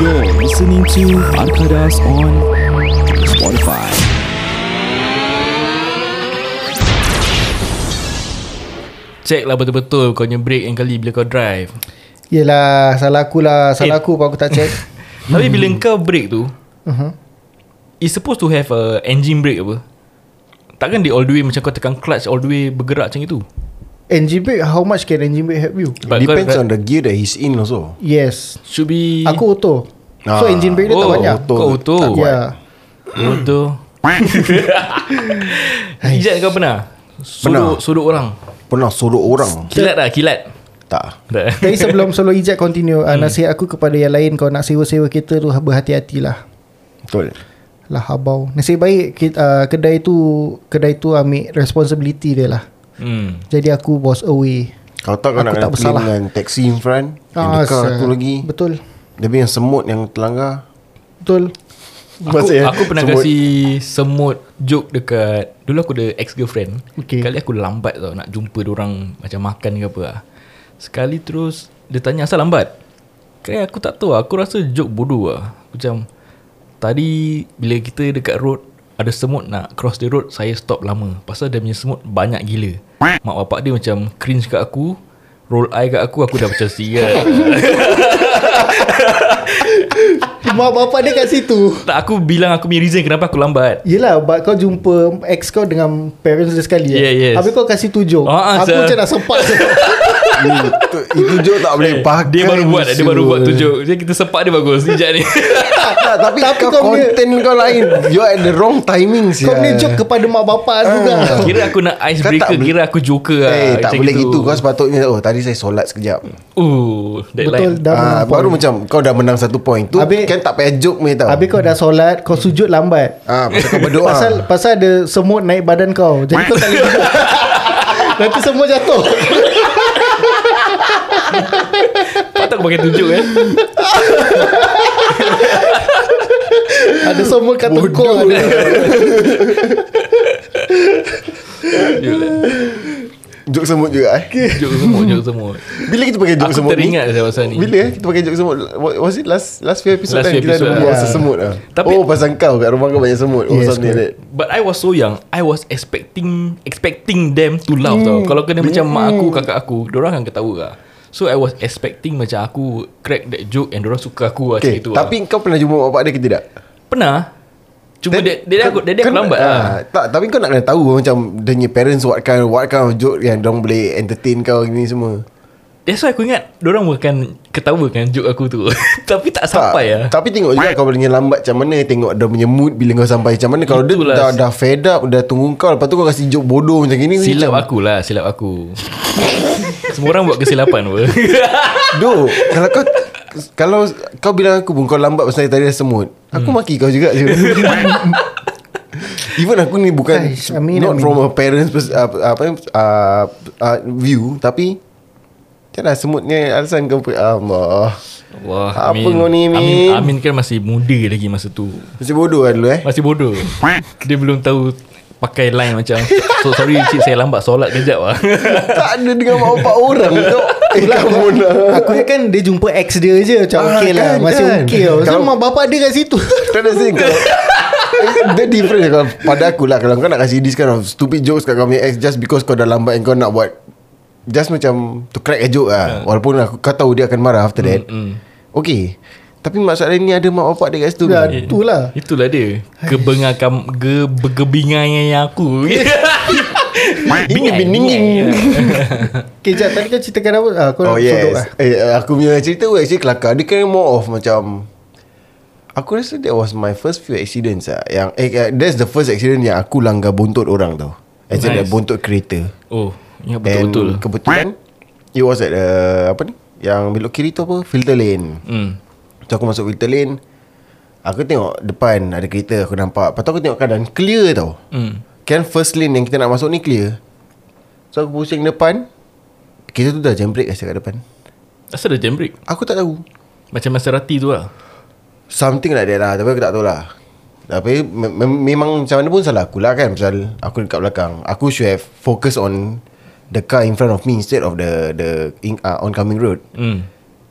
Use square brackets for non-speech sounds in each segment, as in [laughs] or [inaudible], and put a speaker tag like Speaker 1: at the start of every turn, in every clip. Speaker 1: You're listening to Arkadas on Spotify.
Speaker 2: Check lah betul-betul kau punya brake yang kali bila kau drive.
Speaker 3: Yelah Salah aku lah
Speaker 2: Eh.
Speaker 3: Salah aku pun aku tak
Speaker 2: [laughs]
Speaker 3: check
Speaker 2: Tapi bila kau brake tu,
Speaker 3: uh-huh.
Speaker 2: it's supposed to have a engine brake apa. Takkan dia all the way macam kau tekan clutch all the way bergerak macam itu.
Speaker 3: Engine brake How much can engine brake help you?
Speaker 2: But kau-
Speaker 4: Depends on the gear that he's in also.
Speaker 3: Yes
Speaker 2: Should be
Speaker 3: Aku auto So
Speaker 4: Ah.
Speaker 3: engine brake dia tak
Speaker 2: Eh. Oh,
Speaker 3: banyak Ya.
Speaker 2: auto. Kau auto.
Speaker 3: Tak kuat. Hmm. yeah.
Speaker 2: Bodoh. Ijat kau pernah? Sudut,
Speaker 4: Pernah.
Speaker 2: sudut orang.
Speaker 4: Pernah sorok orang.
Speaker 2: Kilat lah,
Speaker 3: [laughs]
Speaker 2: kilat.
Speaker 4: Tak.
Speaker 2: Tak.
Speaker 3: [laughs] Tapi sebelum Sebelum ejek continue hmm. Nasihat aku kepada yang lain Kalau nak sewa-sewa kereta tu Berhati-hatilah
Speaker 4: Betul.
Speaker 3: Lah habau Nasib baik kita, uh, Kedai tu Kedai tu ambil Responsibility dia lah
Speaker 2: Hmm.
Speaker 3: Jadi aku was away
Speaker 4: Kalau tak kau
Speaker 3: Aku
Speaker 4: nak
Speaker 3: tak
Speaker 4: kena
Speaker 3: bersalah.
Speaker 4: claim dengan taxi in front. Ah, and the car
Speaker 3: sa-
Speaker 4: tu lagi.
Speaker 3: Betul
Speaker 4: Dia punya semut yang terlanggar.
Speaker 3: Betul
Speaker 2: Aku, aku pernah kasi semut joke dekat dulu aku ada ex girlfriend.
Speaker 3: Okay.
Speaker 2: Kali aku lambat tau nak jumpa orang macam makan ke apa lah. Sekali terus dia tanya asal lambat. Kali aku tak tahu lah, aku rasa joke bodoh lah. Aku Macam tadi bila kita dekat road ada semut nak cross the road saya stop lama pasal dia punya semut banyak gila. Mak bapak dia macam cringe kat aku. Roll eye kat aku Aku dah macam sial
Speaker 3: Mak bapak dia kat situ
Speaker 2: Tak aku bilang aku punya reason Kenapa aku lambat
Speaker 3: Yelah but kau jumpa Ex kau dengan Parents dia sekali
Speaker 2: Yeah,
Speaker 3: eh?
Speaker 2: yes.
Speaker 3: Habis kau kasi tujuh
Speaker 2: Ah, ah,
Speaker 3: Aku
Speaker 2: sir.
Speaker 3: macam nak sempat
Speaker 2: [laughs]
Speaker 3: je.
Speaker 4: Itu, itu joke tak boleh
Speaker 2: Eh,
Speaker 4: pakai.
Speaker 2: Dia baru buat lah, Dia baru
Speaker 4: Sul.
Speaker 2: buat tu joke Jadi kita sepak dia bagus Sejak ni
Speaker 4: Tak, tapi,
Speaker 3: Tapi
Speaker 4: tapi kau
Speaker 3: kau punya-
Speaker 4: content kau lain. You're at the wrong timing.
Speaker 3: Kau punya joke kepada mak bapak juga
Speaker 2: [laughs] Ah, Kira aku nak
Speaker 4: Kau
Speaker 2: icebreaker
Speaker 4: Kan tak boleh-
Speaker 2: Kira aku joker lah
Speaker 4: Eh, tak
Speaker 2: macam
Speaker 4: boleh gitu. Kau sepatutnya, oh tadi saya solat sekejap.
Speaker 2: Uh
Speaker 3: Betul
Speaker 2: Deadline
Speaker 3: dah
Speaker 4: Ah,
Speaker 3: menang
Speaker 4: baru
Speaker 3: point.
Speaker 4: macam kau dah menang satu point. Tu
Speaker 3: Habis-
Speaker 4: kan tak payah joke ni tau.
Speaker 3: Habis kau dah solat Kau sujud lambat
Speaker 4: Ah, pasal kau berdoa.
Speaker 3: Pasal pasal ada semut naik badan kau Jadi kau tak boleh
Speaker 4: [laughs]
Speaker 3: duduk. Nanti semut jatuh
Speaker 2: Patut aku pakai tujuk eh
Speaker 3: Ada semut kat tengkung ada.
Speaker 4: [laughs] Joke semut juga eh.
Speaker 2: Tujuk semut Tujuk semut
Speaker 4: Bila kita pakai joke
Speaker 2: Aku
Speaker 4: semut ni?
Speaker 2: teringat saya pasal ni
Speaker 4: Bila eh kita pakai joke semut Wa- Was it last last few episode
Speaker 2: Last
Speaker 4: last
Speaker 2: few
Speaker 4: kan Kita ada
Speaker 2: episode,
Speaker 4: buat
Speaker 3: yeah.
Speaker 4: pasal semut lah
Speaker 2: Tapi-
Speaker 4: Oh pasal kau kat rumah kau banyak semut Oh
Speaker 3: Yes,
Speaker 4: something like that
Speaker 2: But I was so young I was expecting Expecting them to laugh tau
Speaker 4: Hmm.
Speaker 2: Kalau kena macam mak aku Kakak aku Diorang akan ketawa lah So I was expecting Macam aku Crack that joke And diorang suka aku lah
Speaker 4: Okay
Speaker 2: macam itu
Speaker 4: tapi
Speaker 2: lah.
Speaker 4: kau pernah jumpa mak bapak dia ke tidak?
Speaker 2: Pernah Cuma
Speaker 4: Then-
Speaker 2: dia Dia aku, dia, dia aku
Speaker 4: kan-
Speaker 2: lambat
Speaker 4: ah,
Speaker 2: lah
Speaker 4: Tak tapi kau nak kena tahu macam Dia punya parents what kind, what kind of joke Yang diorang boleh entertain kau ni semua
Speaker 2: That's why aku ingat Diorang akan ketawa kan Joke aku tu [laughs] Tapi tak sampai lah
Speaker 4: Tapi tengok juga kau punya lambat macam mana Tengok dia punya mood bila kau sampai macam mana Kalau dia
Speaker 2: Itulah.
Speaker 4: dah, dah fed up Dah tunggu kau Lepas tu kau kasi joke bodoh macam gini
Speaker 2: Silap
Speaker 4: macam-
Speaker 2: aku lah Silap aku [laughs] Semua orang buat kesilapan apa
Speaker 4: Do Kalau kau Kalau kau bilang aku pun Kau lambat pasal tadi ada semut Aku maki kau juga je Even aku ni bukan
Speaker 3: Aish, Amin,
Speaker 4: Not
Speaker 3: Amin.
Speaker 4: from a parents pers- uh, apa, uh, uh, View Tapi Macam lah semutnya Alasan kau pe- Allah
Speaker 2: [laughs] Wah
Speaker 4: Apa kau ni, Min?
Speaker 2: Amin, Amin kan masih muda lagi masa tu
Speaker 4: Masih bodoh lah dulu
Speaker 2: [laughs]
Speaker 4: eh
Speaker 2: Masih bodoh Dia belum tahu Pakai line macam So sorry cik saya lambat Solat kejap lah
Speaker 4: Tak ada dengan mak bapak orang tu Eh kamu nak
Speaker 3: Aku ingat kan dia jumpa ex dia je Macam
Speaker 4: Ah,
Speaker 3: okey lah
Speaker 4: kan,
Speaker 3: Masih
Speaker 4: kan.
Speaker 3: okey lah Pasal
Speaker 4: Kalau-
Speaker 3: mak bapak dia kat situ [laughs]
Speaker 4: Tak ada sih kalau The difference kalau pada aku lah Kalau kau nak kasi this kind of stupid jokes kat kau punya ex Just because kau dah lambat and kau nak buat Just macam to crack a joke lah Walaupun aku, kau tahu dia akan marah after that Okay Tapi masalah ni ada mak bapak dia kat situ
Speaker 3: Ya
Speaker 4: ni.
Speaker 3: itulah
Speaker 2: [laughs] Itulah dia Kebengakam ge, Kegebingai aku
Speaker 4: Ini biningin [laughs]
Speaker 3: Okay Jad tadi kau ceritakan apa ah, Kau
Speaker 4: Oh
Speaker 3: sodok
Speaker 4: yes eh, Aku punya cerita pun actually kelakar Dia kena more of macam Aku rasa that was my first few accidents lah. Yang eh, eh, That's the first accident yang aku langgar bontot orang tau Actually
Speaker 2: Nice.
Speaker 4: nice. bontot kereta
Speaker 2: Oh Ingat
Speaker 4: And
Speaker 2: betul-betul
Speaker 4: kebetulan It was at uh, Apa ni Yang belok kiri tu apa Filter lane
Speaker 2: Hmm
Speaker 4: So aku masuk filter lane Aku tengok depan Ada kereta aku nampak Lepas tu aku tengok keadaan Clear tau
Speaker 2: Hmm
Speaker 4: Kan first lane yang kita nak masuk ni clear So aku pusing depan Kereta tu dah jam break Asyik kat depan
Speaker 2: Asal ada jam break
Speaker 4: Aku tak tahu
Speaker 2: Macam Maserati tu lah
Speaker 4: Something like that lah Tapi aku tak tahu lah Tapi me- me- memang macam mana pun salah aku lah kan Pasal aku dekat belakang Aku should have focus on The car in front of me Instead of the the in, uh, oncoming road
Speaker 2: Hmm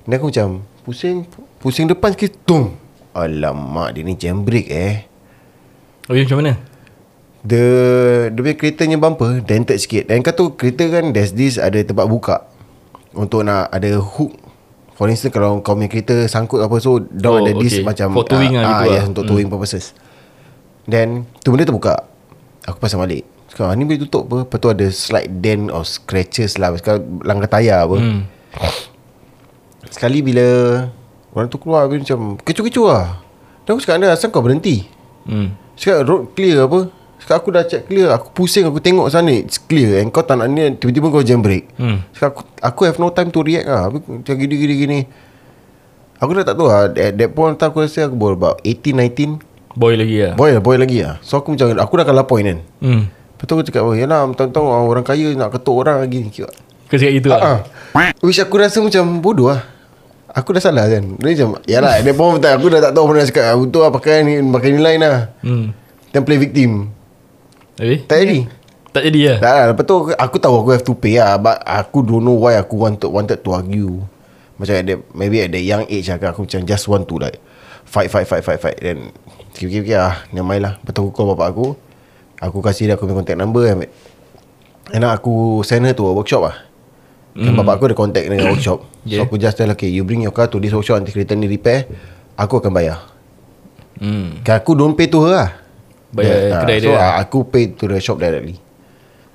Speaker 4: Dan aku macam Pusing Pusing depan sikit Tung Alamak dia ni jam brake eh
Speaker 2: Oh ya macam mana?
Speaker 4: The Dia punya keretanya bumper Dented sikit Dan kau tu kereta kan There's this Ada tempat buka Untuk nak Ada hook For instance Kalau kau punya kereta Sangkut apa So
Speaker 2: Oh,
Speaker 4: Down ada this
Speaker 2: okay.
Speaker 4: macam
Speaker 2: For towing lah
Speaker 4: ah,
Speaker 2: gitu
Speaker 4: ah,
Speaker 2: lah.
Speaker 4: yes, Untuk towing purposes Then Tu benda terbuka Aku pasang balik Sekarang ah, ni boleh tutup apa Lepas tu ada slight dent Or scratches lah Sekarang langgar tayar apa
Speaker 2: Hmm.
Speaker 4: Sekali bila Orang tu keluar Aku macam Kecoh-kecoh lah Dan aku cakap Asal kau berhenti
Speaker 2: Hmm.
Speaker 4: Cakap road clear apa Cakap aku dah check clear Aku pusing Aku tengok sana It's clear And kau tak nak ni Tiba-tiba kau jam brake
Speaker 2: Hmm.
Speaker 4: Cakap aku, aku have no time to react lah Habis Macam gini gini gini Aku dah tak tahu lah At that point of time Aku rasa aku baru about 18, 19
Speaker 2: Boy lagi lah.
Speaker 4: Boy lah boy lagi lah So aku macam Aku dah kalah point kan
Speaker 2: Hmm.
Speaker 4: Lepas tu aku cakap oh, Yalah tahu-tahu orang kaya Nak ketuk orang lagi Kira-
Speaker 2: Kau cakap gitu
Speaker 4: Ah,
Speaker 2: lah.
Speaker 4: ah. Which aku rasa macam bodoh lah Aku dah salah kan Dia macam Yalah dia pun tak Aku dah tak tahu apa nak cakap Betul lah pakai ni Pakai ni lain lah
Speaker 2: Hmm.
Speaker 4: Then play victim
Speaker 2: Habis?
Speaker 4: Tak jadi
Speaker 2: Eh? Tak jadi lah.
Speaker 4: Tak lah Lepas tu aku, aku tahu aku have to pay lah But aku don't know why Aku wanted wanted to argue Macam at the, Maybe at the young age lah Aku macam just want to like Fight fight fight fight fight Then Fikir-fikir lah Never mind lah Lepas tu aku call bapak aku Aku kasih dia Aku punya contact number And then aku Send her to a workshop lah Dan bapak aku ada contact dengan workshop
Speaker 2: Yeah.
Speaker 4: So aku just tell her, Okay you bring your car to this workshop Nanti kereta ni repair Aku akan bayar
Speaker 2: Hmm.
Speaker 4: Kan aku don't pay to her lah
Speaker 2: Bayar
Speaker 4: Dia-
Speaker 2: kedai
Speaker 4: So
Speaker 2: dia lah.
Speaker 4: ah, aku pay to the shop directly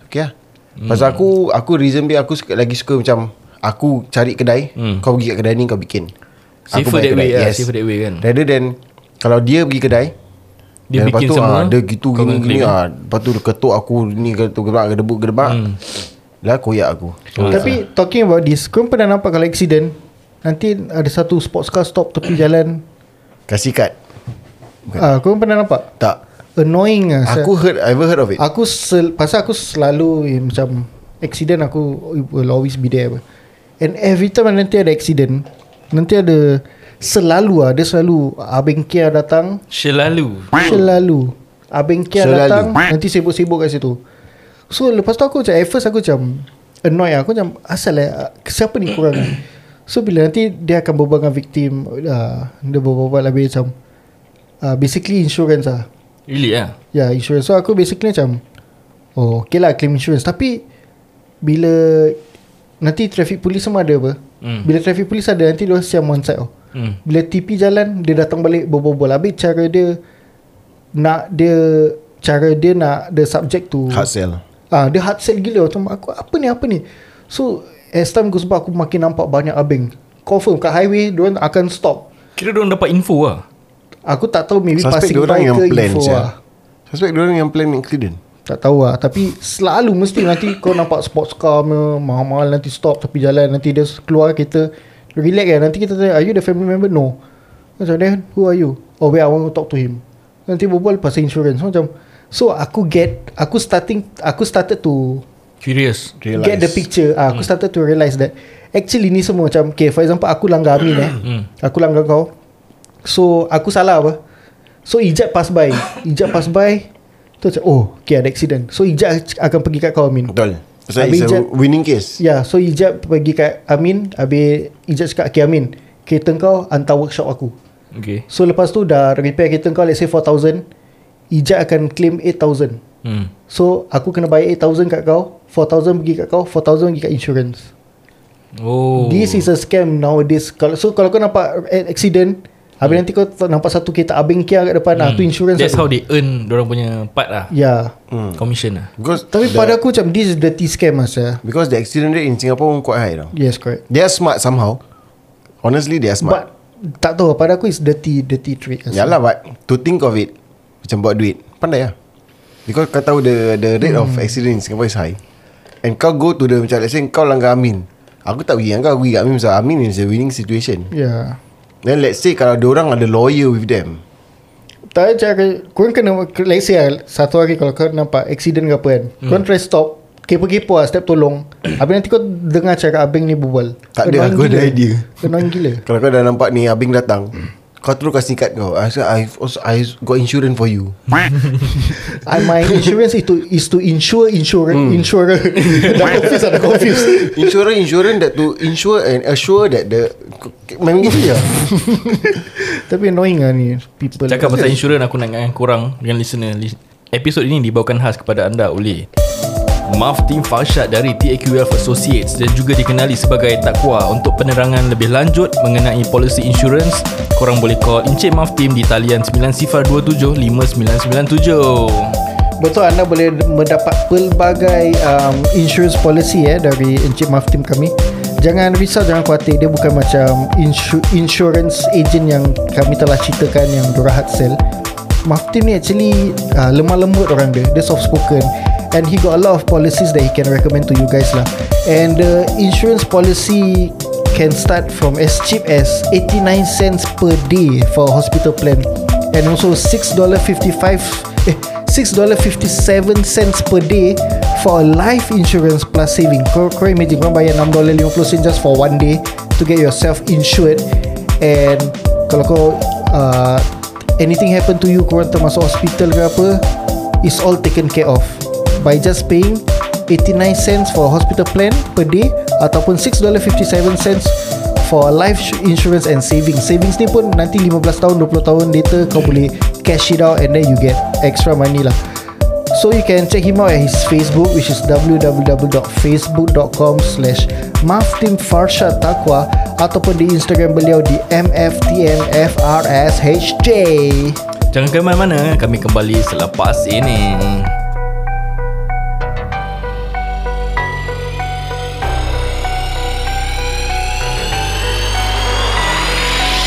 Speaker 4: Okay lah hmm. Pasal aku Aku reason dia Aku suka, lagi suka macam Aku cari kedai
Speaker 2: Hmm.
Speaker 4: hmm. Kau pergi kat kedai ni Kau bikin
Speaker 2: Safer
Speaker 4: bayar
Speaker 2: that way
Speaker 4: kedai,
Speaker 2: lah, safer that way kan.
Speaker 4: Rather than Kalau dia pergi kedai
Speaker 2: Dia
Speaker 4: then
Speaker 2: bikin
Speaker 4: lepas tu,
Speaker 2: semua,
Speaker 4: ah, Dia gitu
Speaker 2: kau kena
Speaker 4: gini gini
Speaker 2: claim.
Speaker 4: ah, Lepas tu dia ketuk aku Ni ketuk gedebak Gedebuk gedebak hmm. Lah koyak aku
Speaker 3: Oh, Tapi talking about this, kau pernah nampak kalau accident, nanti ada satu sports car stop tepi
Speaker 4: Hmm.
Speaker 3: jalan.
Speaker 4: Kasih kad
Speaker 3: Ah, kau pernah nampak?
Speaker 4: Tak
Speaker 3: Annoying ah.
Speaker 4: Aku heard I ever heard of it
Speaker 3: Aku sel, pasal aku selalu eh, macam accident aku it will always be there. apa. And every time nanti ada accident, nanti ada selalu ada selalu abang Kia datang,
Speaker 2: Selalu.
Speaker 3: selalu abang Kia
Speaker 4: Selalu.
Speaker 3: datang, nanti sibuk-sibuk kat situ. So lepas tu aku macam at first aku macam annoyed aku macam asal lah siapa ni korang ni? So bila nanti dia akan berbual dengan victim uh, Dia berbual lebih macam uh, Basically insurance lah
Speaker 2: Really lah.
Speaker 3: Ya yeah, insurance So aku basically macam Oh okay lah claim insurance Tapi Bila Nanti traffic police semua ada apa
Speaker 2: Hmm.
Speaker 3: Bila traffic police ada Nanti dia siam one side oh.
Speaker 2: Hmm.
Speaker 3: Bila TP jalan Dia datang balik berbual-bual Habis cara dia Nak dia Cara dia nak The subject to
Speaker 4: Hard sell
Speaker 3: Ah, dia hard sell gila Macam aku apa ni apa ni So As time goes by Aku makin nampak banyak abeng Confirm kat highway Dia akan stop
Speaker 2: Kira diorang dapat info lah.
Speaker 3: Aku tak tahu Maybe
Speaker 4: Suspect
Speaker 3: passing
Speaker 4: diorang
Speaker 3: by
Speaker 4: yang
Speaker 3: ke
Speaker 4: plan
Speaker 3: info
Speaker 4: sia.
Speaker 3: lah
Speaker 4: Suspect dia orang yang plan accident
Speaker 3: Tak tahu lah Tapi selalu mesti nanti kau nampak sports car punya, Mahal-mahal nanti stop tepi jalan Nanti dia keluar kereta Relax kan Nanti kita tanya Are you the family member? No Macam then Who are you? Oh wait I want to talk to him Nanti berbual pasal insurance Macam So aku get Aku starting Aku started to
Speaker 2: Curious.
Speaker 4: Realise.
Speaker 3: Get the picture ah, Aku started to realise that Actually ni semua macam Okay for example Aku langgar Amin eh Aku langgar kau So aku salah apa So Ijat pass by Ijat pass by Tu macam Oh okay ada accident So Ijat akan pergi kat kau Amin
Speaker 4: Betul Pasal
Speaker 3: Habis
Speaker 4: it's a
Speaker 3: jap-
Speaker 4: winning case
Speaker 3: Ya yeah, so Ijat pergi kat Amin Habis Ijat cakap Okay Amin Kereta kau hantar workshop aku
Speaker 2: Okay.
Speaker 3: So lepas tu dah repair kereta kau Let's say 4,000 Ijat akan claim 8,000
Speaker 2: Hmm.
Speaker 3: So aku kena bayar 8,000 kat kau 4,000 pergi kat kau 4,000 pergi kat insurance
Speaker 2: Oh.
Speaker 3: This is a scam nowadays. Kalau so kalau kau nampak a- accident, habis
Speaker 4: Hmm.
Speaker 3: nanti kau tak nampak satu kereta abang Kia kat depan, ah tu insurance.
Speaker 2: That's
Speaker 3: aku.
Speaker 2: how they earn diorang punya part lah.
Speaker 3: Yeah.
Speaker 2: Hmm. Commission lah.
Speaker 4: Because
Speaker 3: Tapi
Speaker 4: the-
Speaker 3: pada aku macam this is dirty scam mas ya.
Speaker 4: Because the accident rate in Singapore pun quite high tau.
Speaker 3: Yes, correct.
Speaker 4: They are smart somehow. Honestly, they are
Speaker 3: But
Speaker 4: smart.
Speaker 3: tak tahu pada aku is dirty dirty trick. Mas.
Speaker 4: But, Yalah, but to think of it, macam buat duit, pandai lah. Because kau tahu the the rate hmm. of accident in Singapore is high. And kau go to the, macam let's say kau langgar Amin. Aku tak pergi dengan kau, aku pergi kat Amin. Sebab Amin is a winning situation.
Speaker 3: Yeah.
Speaker 4: Then let's say kalau orang ada lawyer with them.
Speaker 3: Tak cara Korang kena Let's say lah, Satu hari kalau kau nampak Accident ke apa kan hmm. Korang try stop Kepo-kepo lah Step tolong Habis nanti kau dengar Cara abang ni berbual lah.
Speaker 4: Tak ada,
Speaker 3: Annoying
Speaker 4: aku ada
Speaker 3: gila.
Speaker 4: idea.
Speaker 3: Annoying gila
Speaker 4: Kalau kau dah nampak ni, Abing datang. Kau terus kasi kad kau I said I've also, I got insurance for you
Speaker 3: I, my insurance is to is to insure insurer
Speaker 2: Hmm. [laughs]
Speaker 3: mm. insurer. dah confused dah confused.
Speaker 4: [laughs] Insurance Insurance that to insure and assure that the Memang
Speaker 3: [laughs]
Speaker 4: gitu ya
Speaker 3: Tapi annoying lah ni people.
Speaker 2: Cakap pasal insurans Aku nak ingatkan korang Dengan listener Lis- Episod ini dibawakan khas kepada anda oleh Maftin Farshad dari TAQF Associates dan juga dikenali sebagai Takwa. Untuk penerangan lebih lanjut mengenai polisi insurans, korang boleh call Encik Maftin di talian 90275997.
Speaker 3: Betul anda boleh mendapat pelbagai um, insurance policy eh dari Encik Maftim kami. Jangan risau, jangan khawatir. Dia bukan macam insu- insurance agent yang kami telah ceritakan yang Dora Hard Sell. Maftim ni actually uh, lemah lembut orang dia. Dia soft spoken and he got a lot of policies that he can recommend to you guys lah. And the insurance policy can start from as cheap as 89 cents per day for a hospital plan and also $6.55 eh, $6.57 per day for a life insurance plus saving. Kau, kau imagine kau bayar $6.50 just for one day to get yourself insured and kalau kau uh, anything happen to you kau termasuk hospital ke apa is all taken care of by just paying 89 cents for hospital plan per day ataupun $6.57 for life insurance and savings. Savings ni pun nanti 15 tahun 20 tahun later kau boleh cash it out and then you get extra money lah. So you can check him out at his Facebook which is www.facebook.com slash Takwa ataupun di Instagram beliau di mftmfrshj.
Speaker 2: Jangan ke mana-mana, kami kembali selepas ini.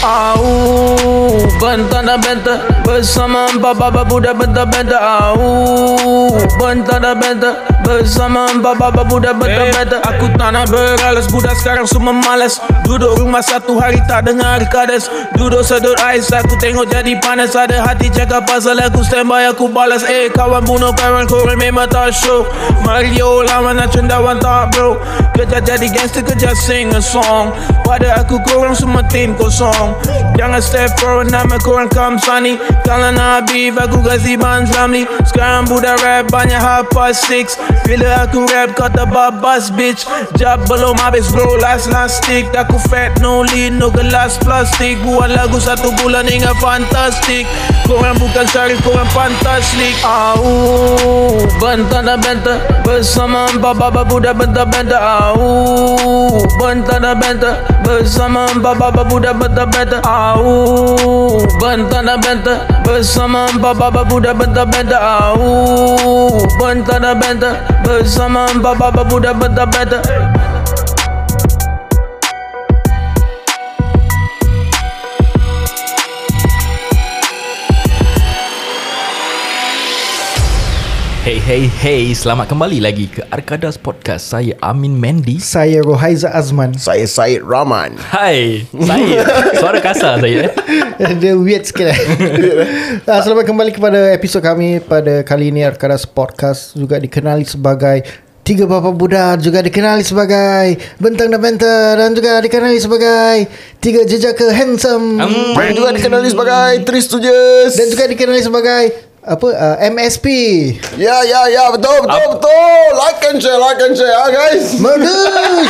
Speaker 5: Au Bantana benta Bersama empat baba budak benta benta Au Bantana benta Bersama empat baba budak benta benta Eh, Aku tak nak beralas Budak sekarang semua malas Duduk rumah satu hari tak dengar kades Duduk sedut ais Aku tengok jadi panas Ada hati cakap pasal aku standby Aku balas Eh kawan bunuh kawan korang memang tak show Mario lawan nak lah, cendawan tak bro Kerja jadi gangster kerja sing a song Pada aku korang semua tim kosong Jangan step forward nama korang come sunny Kalau nak beef aku kasi ban zamli Sekarang budak rap banyak hafal six Bila aku rap kau terbabas bitch Jab belum habis bro last last stick Aku fat no lean no gelas plastik Buat lagu satu bulan hingga fantastik Korang bukan syarif korang fantastik Au Bentar dan bentar Bersama empat baba budak bentar bentar Au Bentar dan bentar Bersama empat baba budak bentar bentar Au Bentar dan bentar Bersama empat baba budak bentar bentar Au Bentar dan bentar Bersama empat baba budak bentar bentar
Speaker 2: Hey hey hey, selamat kembali lagi ke Arkadas Podcast. Saya Amin Mendy.
Speaker 3: Saya Rohaiza Azman.
Speaker 4: Saya Syed Rahman
Speaker 2: Hai, saya. Suara kasar saya. eh?
Speaker 3: [laughs] Dia weird sikit eh. [laughs] Ah, Selamat kembali kepada episod kami Pada kali ini Arkadas Podcast Juga dikenali sebagai Tiga Bapa Buddha Juga dikenali sebagai Bentang dan Bentang Dan juga dikenali sebagai Tiga Jejaka Handsome
Speaker 2: Hmm.
Speaker 4: Yang juga dikenali sebagai Three Stooges
Speaker 3: Dan juga dikenali sebagai Apa uh, MSP
Speaker 4: Ya ya ya betul betul betul Like and share like and share ah, guys
Speaker 3: [laughs] Merdu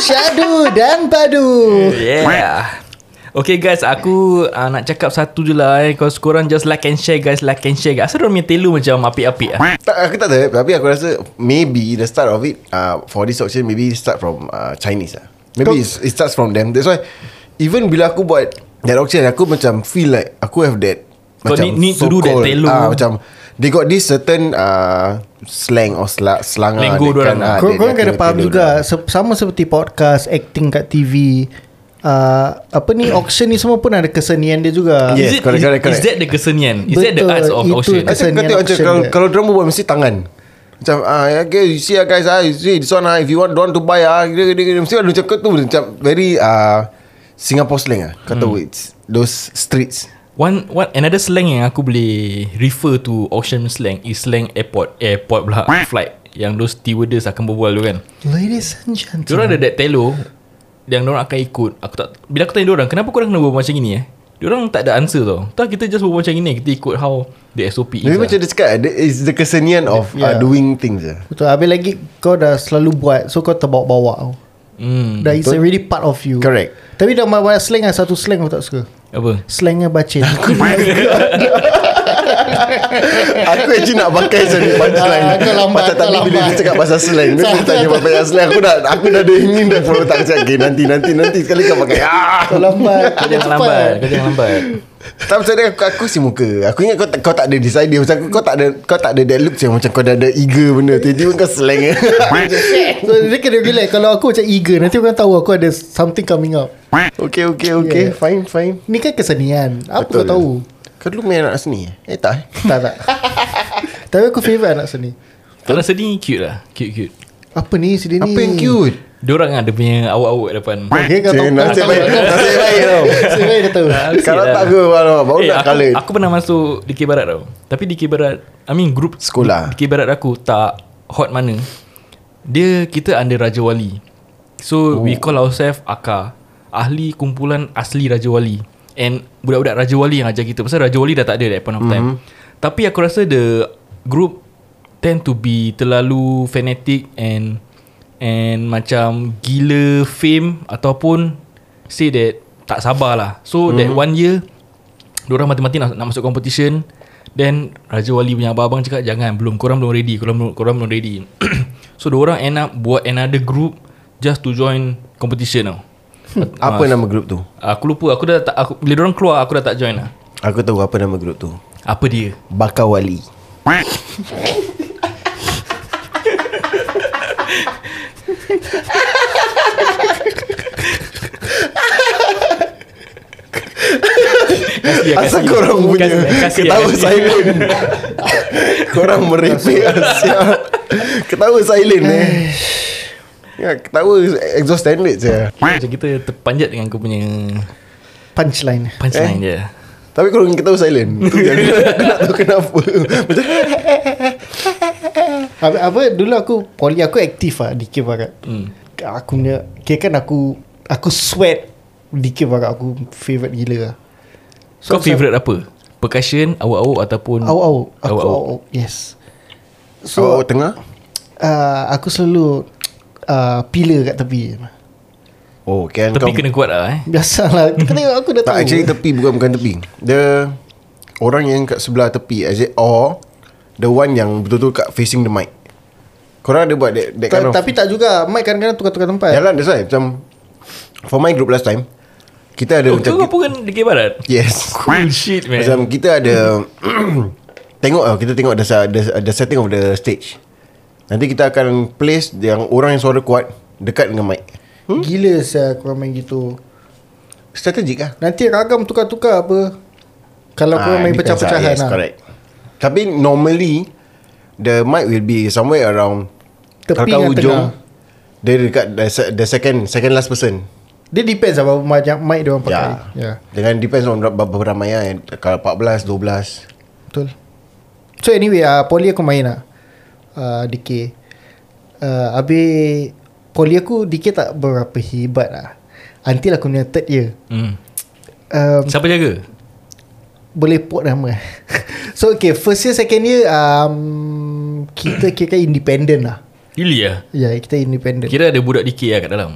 Speaker 3: Syadu Dan Padu
Speaker 2: Yeah. Okay guys, aku uh, nak cakap satu je lah eh. Kalau korang just like and share guys, like and share guys. Asal dorang punya telu macam apik-apik lah.
Speaker 4: tak, Aku tak tahu Tapi aku rasa Maybe the start of it uh, For this auction Maybe start from uh, Chinese lah Maybe it's, it starts from them That's why Even bila aku buat That auction Aku macam feel like Aku have that
Speaker 2: Kau need- need to do that
Speaker 4: so-called,
Speaker 2: telo.
Speaker 4: ah, Macam They got this certain uh, Slang or sla, slang ah,
Speaker 2: Lingo dorang.
Speaker 3: Kor- Korang kena faham kan juga se- Sama seperti podcast Acting kat TV uh, Apa ni Auction ni semua pun Ada kesenian dia juga
Speaker 2: is,
Speaker 4: Yes,
Speaker 2: it,
Speaker 4: correct,
Speaker 2: is,
Speaker 4: correct,
Speaker 2: is that the kesenian? Is that the
Speaker 3: Betul,
Speaker 2: arts of
Speaker 3: itu
Speaker 2: ocean?
Speaker 3: kes-
Speaker 4: Macam kau
Speaker 3: Kesenian
Speaker 4: tengok macam
Speaker 3: action
Speaker 4: Kalau,
Speaker 3: dia.
Speaker 4: kalau drum buat Mesti tangan Macam ah, okay, You see ah guys ah, You see this one ah, If you want don't want to buy ah, dia, dia, dia, Mesti ada macam kau tu Macam very ah, Singapore slang ah. Kau tahu it's Those streets
Speaker 2: One, one another slang yang aku boleh refer to ocean slang is slang airport airport pula flight yang those stewardess akan berbual tu kan.
Speaker 3: Ladies and gentlemen
Speaker 2: Diorang ada that telo yang diorang akan ikut. Aku tak bila aku tanya diorang kenapa korang kena berbual macam gini eh? Diorang tak ada answer tau Tak kita just berbual macam ni Kita ikut how The SOP is lah.
Speaker 4: Maybe macam dia cakap the- It's the kesenian of
Speaker 3: Yeah.
Speaker 4: uh, Doing things lah
Speaker 3: Betul Habis lagi Kau dah selalu buat So kau terbawa-bawa tau
Speaker 2: hmm,
Speaker 3: Dah it's already part of you
Speaker 4: Correct.
Speaker 3: Tapi dah banyak slang lah Satu slang aku tak suka
Speaker 2: Apa
Speaker 3: Slangnya bacin
Speaker 4: Aku actually nak pakai Sorry punchline
Speaker 3: Ah, kau lambat,
Speaker 4: Pasal
Speaker 3: kau
Speaker 4: tadi bila dia
Speaker 3: lambat.
Speaker 4: cakap pasal slang Dia pun tanya pasal slang Aku dah Aku dah ada ingin dah Kalau tak cakap okay, Nanti nanti nanti Sekali [laughs] kau [laughs] pakai ah.
Speaker 3: Kau [laughs] lambat
Speaker 2: Kau jangan lambat Kau jangan lambat
Speaker 4: Tak pasal dia aku, aku si muka Aku ingat kau, tak- kau tak ada design dia Macam aku, kau tak ada Kau tak ada that look yang Macam kau dah ada eager benda Tiba-tiba kau
Speaker 2: [laughs]
Speaker 4: slang
Speaker 3: So dia kena relax Kalau aku macam eager Nanti orang tahu aku ada Something coming up
Speaker 4: Okay okay okay
Speaker 3: Yeah.
Speaker 4: Fine fine
Speaker 3: Ni kan kesenian Apa Betul kau
Speaker 4: Betul je.
Speaker 3: tahu
Speaker 4: Kau dulu main anak seni eh? Eh tak eh
Speaker 3: Tak
Speaker 4: [laughs]
Speaker 3: tak Tapi aku favourite anak seni
Speaker 2: Kalau sedih cute lah Cute-cute
Speaker 3: Apa ni si Denny
Speaker 4: Apa yang cute
Speaker 2: Diorang ada punya awak-awak depan
Speaker 3: [laughs] Okay kau tahu
Speaker 4: Cik, Nasib
Speaker 2: [laughs]
Speaker 4: baik Nasib baik tau
Speaker 3: Nasib baik dah tahu
Speaker 4: Kalau
Speaker 2: Nasib
Speaker 4: tak
Speaker 2: lah.
Speaker 4: aku alamak, Baru
Speaker 2: Eh,
Speaker 4: nak
Speaker 2: aku,
Speaker 4: colour
Speaker 2: aku pernah masuk DK Barat tau Tapi DK Barat I mean group
Speaker 4: Sekolah.
Speaker 2: DK Barat aku tak hot mana Dia kita under Raja Wali So we call ourselves AKA Ahli Kumpulan Asli Raja Wali And budak-budak Raja Wali yang ajar kita Pasal Raja Wali dah tak ada at that point of time Tapi aku rasa the group tend to be terlalu fanatic and and macam gila fame ataupun say that tak sabar lah. So mm-hmm. that one year Diorang mati-mati nak, nak masuk competition Then Raja Wali punya abang-abang cakap Jangan belum Korang belum ready Korang belum, korang belum ready [clears throat] So diorang end up Buat another group Just to join competition tau
Speaker 4: Apa nama grup tu
Speaker 2: Aku lupa Aku dah tak aku, Bila diorang keluar Aku dah tak join lah
Speaker 4: Aku tahu apa nama grup tu
Speaker 2: Apa dia
Speaker 4: Bakar Wali
Speaker 2: Kasih lah,
Speaker 4: Asal
Speaker 2: kasih.
Speaker 4: korang punya
Speaker 2: Kasih lah, kasih lah,
Speaker 4: Ketawa
Speaker 2: kasih.
Speaker 4: silent Korang merepek Asia Ketawa silent eh Ya, ketawa exhaust standard je
Speaker 2: Macam kita terpanjat dengan aku punya
Speaker 3: Punchline
Speaker 2: Punchline eh. je
Speaker 4: Tapi kalau ketawa silent tu yang aku nak- aku nak tahu kenapa Macam
Speaker 3: apa, apa dulu aku Poli aku aktif lah DK Barat hmm. Aku punya Kira kan aku Aku sweat DK Barat aku Favourite gila lah
Speaker 2: Kau favourite apa? Percussion Awak-awak ataupun
Speaker 3: Awak-awak Aku
Speaker 2: Awak-awak.
Speaker 3: awak Yes So
Speaker 4: So tengah
Speaker 3: uh, Aku selalu uh, Pila kat tepi
Speaker 4: Oh kan
Speaker 2: Tapi
Speaker 4: kau
Speaker 2: kena kuat lah eh
Speaker 3: Biasalah Kau tengok aku dah
Speaker 4: Tak
Speaker 3: tahu
Speaker 4: actually tepi bukan bukan tepi Dia Orang yang kat sebelah tepi As it or The one yang betul-betul kat facing the mic Korang ada buat that, that
Speaker 3: Ta-
Speaker 4: kind of
Speaker 3: Tapi tak juga Mike kadang-kadang tukar-tukar tempat
Speaker 4: kan, Yalah that's why Macam For my group last time Kita ada
Speaker 2: Oh, kau kau pun kan DK Barat?
Speaker 4: Yes
Speaker 2: [laughs] Cool shit man
Speaker 4: Macam kita ada [clears throat] Tengok lah Kita tengok the, sa- the, the setting of the stage Nanti kita akan place Yang orang yang suara kuat Dekat dengan mic
Speaker 3: Hmm? Gila saya korang main gitu
Speaker 4: Strategik lah
Speaker 3: Nanti ragam tukar-tukar apa Kalau korang
Speaker 4: Ah,
Speaker 3: main
Speaker 4: depends
Speaker 3: pecah-pecahan
Speaker 4: lah. Yes correct Tapi normally The mic will be Somewhere around
Speaker 3: Tepi dengan
Speaker 4: kalau hujung Dia dekat the, se- the second Second last person
Speaker 3: Dia depends lah Berapa banyak mic dia orang pakai
Speaker 4: Ya
Speaker 3: yeah.
Speaker 4: yeah. Dengan depends on ber- berapa ramai lah Kalau 14, 12
Speaker 3: Betul So anyway uh, Poli aku main lah uh, DK uh, Habis Poli aku DK tak berapa hebat lah Until aku punya third year
Speaker 2: Hmm.
Speaker 3: um,
Speaker 2: Siapa jaga?
Speaker 3: Boleh port nama [laughs] So okay First year second year um, Kita kira independent lah
Speaker 2: Ili lah
Speaker 3: Ya yeah, kita independent
Speaker 2: Kira ada budak dikit lah kat dalam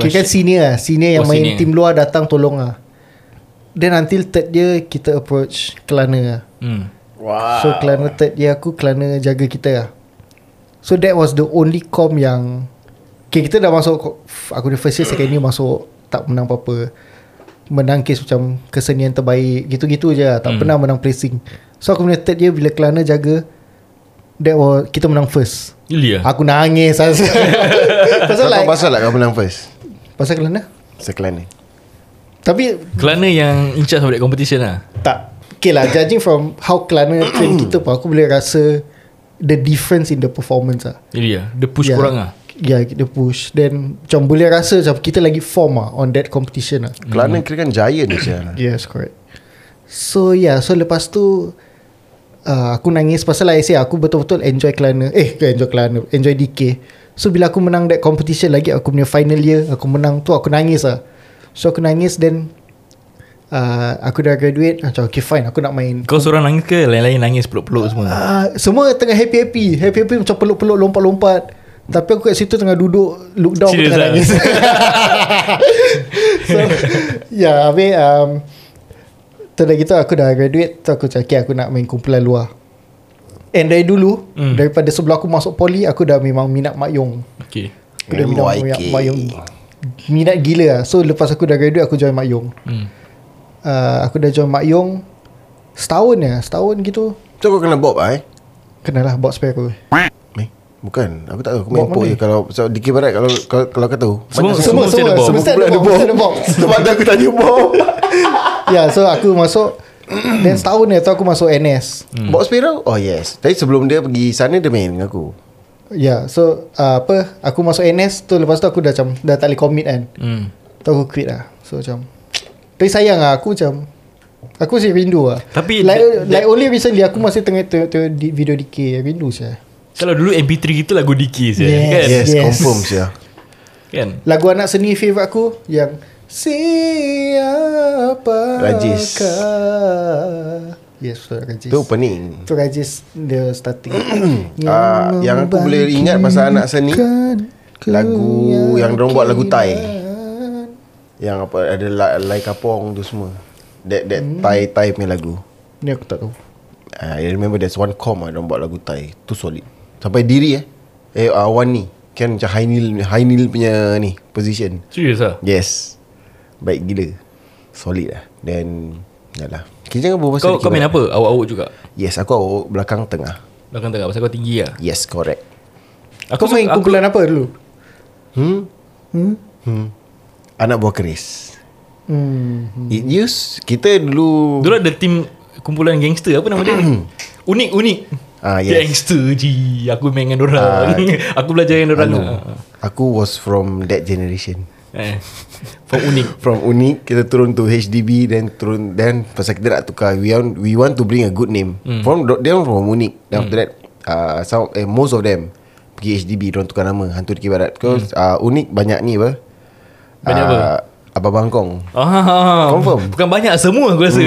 Speaker 3: Kira kan senior lah Senior
Speaker 2: Oh,
Speaker 3: yang main
Speaker 2: senior.
Speaker 3: tim luar Datang tolong lah Then until third year Kita approach Kelana lah
Speaker 2: hmm.
Speaker 4: Wow
Speaker 3: So Kelana third year aku Kelana jaga kita lah So that was the only com yang Okay kita dah masuk Aku the first year second year masuk Tak menang apa-apa Menang case macam Kesenian terbaik Gitu-gitu je lah Tak pernah menang placing So aku punya third year Bila Kelana jaga That was Kita menang first
Speaker 2: Ili lah
Speaker 3: Aku nangis [laughs] Pasal Pasal
Speaker 4: Kau
Speaker 3: like
Speaker 4: pasal lah kau menang first
Speaker 3: Pasal Kelana
Speaker 4: Sekelan ni
Speaker 3: Tapi
Speaker 2: Kelana yang in charge of that competition lah
Speaker 3: tak Okay lah Judging from How Kelana train kita pun Aku boleh rasa The difference in the performance lah
Speaker 2: Ili lah Dia push yeah.
Speaker 3: Yeah.
Speaker 2: korang lah
Speaker 3: Ya yeah, kita push Then Macam boleh rasa Macam kita lagi form lah On that competition lah
Speaker 4: Kelana kira kan giant je
Speaker 3: Yes correct So yeah So lepas tu uh, Aku nangis Pasal lah I say Aku betul-betul enjoy Kelana Eh ke enjoy Kelana Enjoy DK So bila aku menang That ah. competition lagi Aku punya final year Aku menang tu Aku nangis lah So aku nangis Then uh, aku dah graduate macam okay fine aku nak main
Speaker 2: Kau seorang nangis ke Lain-lain nangis peluk-peluk semua
Speaker 3: uh, semua tengah happy-happy happy-happy macam peluk-peluk lompat-lompat tapi aku kat situ tengah duduk look down aku
Speaker 2: Serious
Speaker 3: tengah
Speaker 2: ah?
Speaker 3: nangis [laughs] so yeah habis um, tu dah gitu aku dah graduate tu aku cakap okay, aku nak main kumpulan luar and dari dulu
Speaker 2: Hmm.
Speaker 3: mm. daripada sebelum aku masuk poli aku dah memang minat Mak Yong
Speaker 2: Okay
Speaker 3: Aku dah minat
Speaker 4: MYK.
Speaker 3: Mak Yong, Mak Yong Minat gila lah So lepas aku dah graduate Aku join Mak Yong
Speaker 2: hmm.
Speaker 3: uh, Aku dah join Mak Yong Setahun ya Setahun gitu
Speaker 4: So kau kena bob lah eh
Speaker 3: Kenalah box spare aku
Speaker 4: Eh Bukan Aku tak tahu Aku
Speaker 3: Bob
Speaker 4: main pok
Speaker 3: mana?
Speaker 4: je Kalau so, Dikir Barat Kalau kalau, kalau kau tahu
Speaker 2: Semua-
Speaker 4: Banyak-
Speaker 2: semua mesti ada box.
Speaker 3: Semesti ada box Mesti ada box
Speaker 4: [laughs] Sebab tu aku tanya bob
Speaker 3: [laughs] Ya so aku masuk Then setahun ya tu aku masuk NS
Speaker 4: Bob Spiro Oh yes Tapi sebelum dia pergi sana Dia main dengan aku
Speaker 3: Ya yeah, so uh, Apa Aku masuk NS tu Lepas tu aku dah macam Dah tak boleh commit kan
Speaker 2: Hmm.
Speaker 3: Tu aku quit lah So macam Tapi sayang lah Aku macam Aku masih rindu lah
Speaker 2: Tapi
Speaker 3: Like,
Speaker 2: that-
Speaker 3: like only recently Aku masih tengah tengok tengok di video DK Rindu saya
Speaker 2: Kalau dulu MP3 kita lagu Diki je
Speaker 3: Yes.
Speaker 2: kan?
Speaker 4: Yes,
Speaker 3: Yes.
Speaker 4: yes. confirm sia
Speaker 2: kan
Speaker 3: Lagu anak seni favourite aku Yang Siapa
Speaker 4: Rajis.
Speaker 3: Yes betul Rajis
Speaker 4: Tu pening
Speaker 3: Tu Rajis The starting
Speaker 4: [clears throat] Ah, yang aku boleh ingat pasal anak seni, lagu yang diorang buat lagu Thai.
Speaker 3: membagikan.
Speaker 4: Yang apa Ada lai, lai kapong tu semua That that hmm. Thai Thai punya lagu
Speaker 3: Ni aku tak tahu
Speaker 4: uh, I remember there's one com Dia buat lagu Thai Tu solid Sampai diri eh Eh uh, Wan ni Kan macam high kneel High kneel punya ni Position
Speaker 2: Serius lah
Speaker 4: Yes Baik gila Solid lah Then Yalah Kita jangan berbual
Speaker 2: Kau,
Speaker 4: pasal
Speaker 2: kau main
Speaker 4: kibat.
Speaker 2: apa? Awak-awak juga
Speaker 4: Yes aku awak belakang tengah
Speaker 2: Belakang tengah Pasal kau tinggi lah
Speaker 4: Yes correct
Speaker 3: Kau main
Speaker 2: aku,
Speaker 3: kumpulan apa dulu?
Speaker 4: Hmm
Speaker 3: Hmm?
Speaker 4: Anak buah keris
Speaker 3: Hmm.
Speaker 4: It use Kita dulu
Speaker 2: Dulu ada tim Kumpulan gangster Apa
Speaker 4: [clears throat]
Speaker 2: nama dia? Unik-unik
Speaker 4: Ah, yes. Ah,
Speaker 2: Gangster je Aku main dengan dorang [laughs] Aku belajar dengan dorang
Speaker 4: Anu,
Speaker 2: Ah.
Speaker 4: Aku was from that generation
Speaker 2: Eh, For unik
Speaker 4: From Unik Kita turun to HDB Then turun Then Pasal kita nak tukar We want, we want to bring a good name
Speaker 2: Hmm.
Speaker 4: mm. From Them from Unik Then mm. after that uh, some, eh, Most of them Pergi HDB Diorang tukar nama Hantu Dikir Barat Because mm. uh, Unik banyak ni apa
Speaker 2: Hmm.
Speaker 4: Uh,
Speaker 2: Banyak apa?
Speaker 4: Abang Bangkong [laughs]
Speaker 2: ah,
Speaker 4: Confirm.
Speaker 2: Bukan banyak Semua aku rasa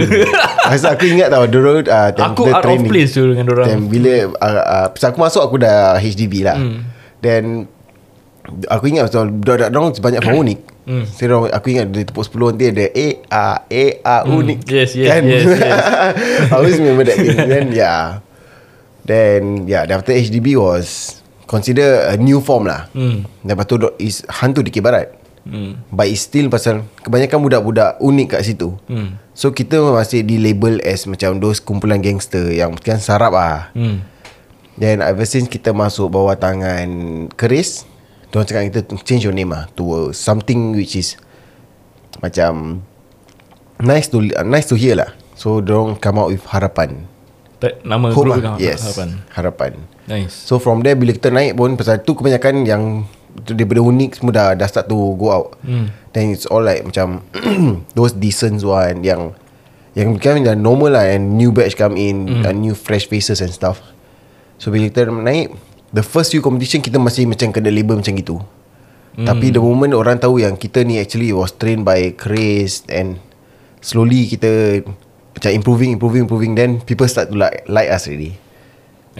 Speaker 4: Pasal aku ingat tau Diorang uh, time
Speaker 2: Aku
Speaker 4: kita
Speaker 2: out of
Speaker 4: training.
Speaker 2: place tu dengan dorang
Speaker 4: Then bila uh, uh, Pasal aku masuk Aku dah HDB lah
Speaker 2: Hmm.
Speaker 4: mm. Then Aku ingat pasal Budak-budak dorang Banyak
Speaker 2: [coughs]
Speaker 4: from unik mm.
Speaker 2: Hmm.
Speaker 4: So dorang- aku ingat Dia tepuk 10 Nanti ada A A A A unik
Speaker 2: Hmm.
Speaker 4: Kan?
Speaker 2: Yes, yes, yes,
Speaker 4: [laughs]
Speaker 2: yes.
Speaker 4: I always remember that thing
Speaker 2: [laughs]
Speaker 4: Then yeah Then yeah then After HDB was Consider a new form lah
Speaker 2: Hmm.
Speaker 4: mm. Lepas tu dok- is Hantu Dikir Barat mm. But it's still pasal Kebanyakan budak-budak unik kat situ
Speaker 2: Hmm.
Speaker 4: mm. So kita masih di label as Macam those kumpulan gangster Yang kan sarap ah
Speaker 2: [laughs] hmm.
Speaker 4: Then ever since kita masuk bawah tangan keris Diorang cakap kita to change your name lah To something which is Macam Nice to uh, nice to hear lah So diorang come out with harapan
Speaker 2: Ta- Nama
Speaker 4: Hope
Speaker 2: group
Speaker 4: lah
Speaker 2: kau,
Speaker 4: Yes
Speaker 2: Harapan.
Speaker 4: harapan. harapan
Speaker 2: Nice
Speaker 4: So from there bila kita naik pun Pasal tu kebanyakan yang tu Daripada unik semua dah, dah start to go out mm. Then it's all like macam [clears throat] Those decent one Yang Yang become the normal lah And new batch come in mm. And new fresh faces and stuff So bila kita naik The first few competition Kita masih macam kena label macam gitu mm. Tapi the moment orang tahu yang Kita ni actually was trained by Chris And Slowly kita Macam improving Improving improving Then people start to like, like us already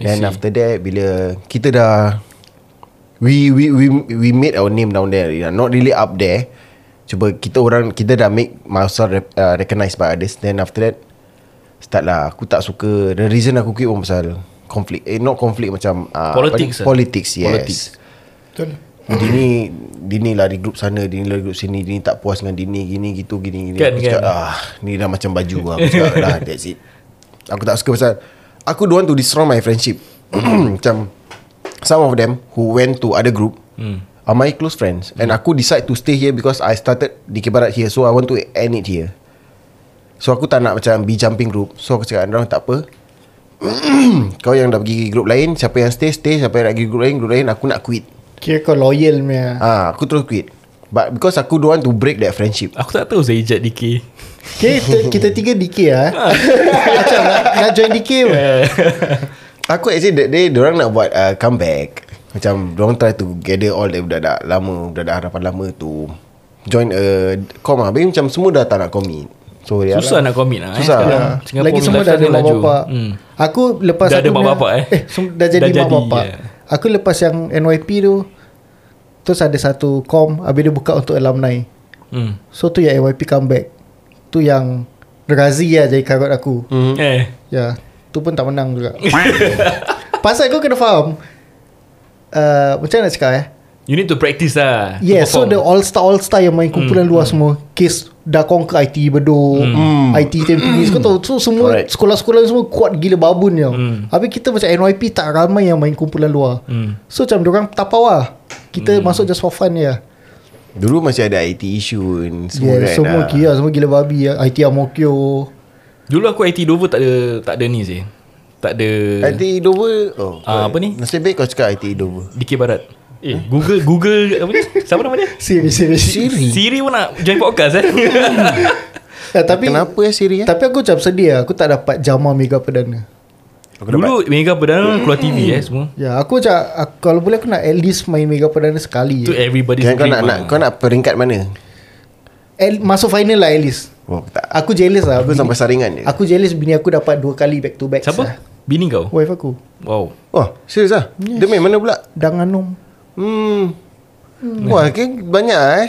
Speaker 2: I
Speaker 4: Then
Speaker 2: see.
Speaker 4: after that Bila kita dah We we we we made our name down there already lah. Not really up there Cuba kita orang Kita dah make Masa uh, recognized by others Then after that Start lah Aku tak suka The reason aku quit pun pasal Konflik Eh not konflik macam uh,
Speaker 2: Politics lah.
Speaker 4: Politics yes
Speaker 2: Politics.
Speaker 4: Politics dia ni Dia ni lari grup sana Dia ni lari grup sini Dia ni tak puas dengan dia ni Gini gitu gini, gini.
Speaker 2: Kan,
Speaker 4: Aku
Speaker 2: kan.
Speaker 4: cakap ah, Ni dah macam baju lah. Aku cakap dah that's it Aku tak suka pasal Aku don't want to destroy my friendship [clears throat] Macam Some of them Who went to other group hmm. Are my close friends And aku decide to stay here Because I started di Barat here So I want to end it here So aku tak nak macam Be jumping group So aku cakap Orang tak apa [clears throat] Kau yang dah pergi group lain Siapa yang stay Stay Siapa yang nak pergi group lain Group lain Aku nak quit
Speaker 3: Kira kau loyal punya
Speaker 4: Ah, aku terus quit. But because aku don't want to break that friendship.
Speaker 2: Aku tak tahu saya ejat DK
Speaker 3: Kira kita, kita tiga DK
Speaker 2: [laughs] Ah.
Speaker 3: lah Macam nak, nak join DK pun
Speaker 4: Aku actually that day orang nak buat uh, comeback. Macam orang try to gather all the budak-budak uh, lama, budak-budak harapan lama tu join a com ah. Tapi macam semua dah tak nak commit. So ya
Speaker 2: Susah
Speaker 4: lah.
Speaker 2: nak commit lah
Speaker 4: Susah.
Speaker 2: eh, sekarang.
Speaker 4: Ya.
Speaker 2: Singapore
Speaker 3: Ah. Lagi
Speaker 2: punya
Speaker 3: semua dah
Speaker 2: lifestyle ni
Speaker 3: ada mak
Speaker 2: laju.
Speaker 3: bapak
Speaker 2: Hmm.
Speaker 3: Aku lepas
Speaker 2: Dah
Speaker 3: aku
Speaker 2: ada mak
Speaker 3: punya-
Speaker 2: bapak, eh?
Speaker 3: sem- Dah
Speaker 2: Dah
Speaker 3: jadi mak
Speaker 2: jadi,
Speaker 3: bapak
Speaker 2: ya.
Speaker 3: Aku lepas yang NYP tu Terus ada satu com Habis dia buka untuk alumni
Speaker 2: Hmm.
Speaker 3: So tu yang NYP comeback Tu yang Razi lah jadi karot aku
Speaker 4: Hmm.
Speaker 2: Eh.
Speaker 3: Ya Tu pun tak menang juga [laughs] Pasal kau kena faham uh, Macam mana nak cakap eh
Speaker 2: You need to practice lah to
Speaker 3: Yeah so
Speaker 2: perform.
Speaker 3: the all star all star Yang main
Speaker 4: Hmm.
Speaker 3: kumpulan luar semua Kes dah conquer IT Bedok IT Tampines Kau tahu So semua
Speaker 4: Correct. Hmm.
Speaker 3: Sekolah-sekolah ni semua Kuat gila babun tau Habis kita macam NYP Tak ramai yang main kumpulan luar So macam orang tapau lah Kita
Speaker 4: Hmm.
Speaker 3: masuk just for fun ya. je
Speaker 4: Dulu masih ada IT issue kan, Semua
Speaker 3: Yeah,
Speaker 4: kan
Speaker 3: semua
Speaker 4: ah.
Speaker 3: gila Semua gila babi ya. IT Amokyo
Speaker 2: Dulu aku IT Dover tak ada Tak ada ni sih Tak ada
Speaker 4: IT Dover oh,
Speaker 2: Ah, apa ni?
Speaker 4: Nasib baik kau cakap IT Dover
Speaker 2: DK Barat Eh Google Google apa ni? Siapa nama dia?
Speaker 3: Siri Siri Siri
Speaker 2: Siri pun nak join podcast
Speaker 3: [laughs]
Speaker 2: eh
Speaker 3: Eh, Tapi
Speaker 4: Kenapa ya Siri ya?
Speaker 3: Tapi aku macam sedih lah. Aku tak dapat Jama Mega Perdana
Speaker 2: Dulu Mega Perdana keluar TV eh semua
Speaker 3: Ya aku macam aku, Kalau boleh aku nak at least Main Mega Perdana sekali
Speaker 2: Tu
Speaker 3: je.
Speaker 2: everybody's
Speaker 4: Kan kau
Speaker 2: dream
Speaker 4: nak, nak,
Speaker 2: ah.
Speaker 4: kau nak peringkat mana?
Speaker 3: At- Masuk final lah at least
Speaker 4: Oh, tak.
Speaker 3: Aku jealous lah
Speaker 4: Aku
Speaker 3: bini-
Speaker 4: sampai saringan je
Speaker 3: Aku jealous bini aku dapat Dua kali back to back
Speaker 2: Siapa?
Speaker 3: sah.
Speaker 2: Bini kau?
Speaker 3: Wife aku
Speaker 2: Wow
Speaker 4: Oh serius lah yes. Dia main mana pula?
Speaker 3: Danganum
Speaker 4: Hmm. Wah kan banyak eh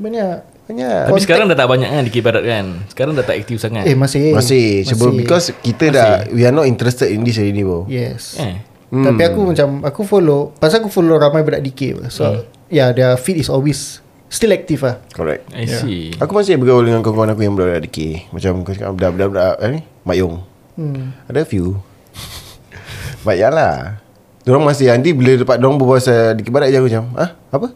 Speaker 3: Banyak
Speaker 4: Banyak
Speaker 2: Tapi sekarang dah tak banyak kan DK Barat kan Sekarang dah tak aktif sangat
Speaker 3: Eh masih
Speaker 4: Masih sebab Because kita dah We are not interested in this already bro
Speaker 3: Yes
Speaker 2: Eh
Speaker 4: Hmm.
Speaker 3: Tapi aku macam Aku follow Pasal aku follow ramai budak DK So
Speaker 4: Hmm.
Speaker 3: Ya yeah, their feed is always Still active lah
Speaker 4: Correct
Speaker 2: I see
Speaker 4: Aku masih bergaul dengan kawan-kawan aku yang budak-budak DK Macam kau cakap budak-budak eh, ni, Mak Yong
Speaker 3: hmm.
Speaker 4: Ada few [laughs] But ya lah Diorang masih Nanti bila dapat Diorang berbual pasal Dikit barat je aku macam ah, Apa?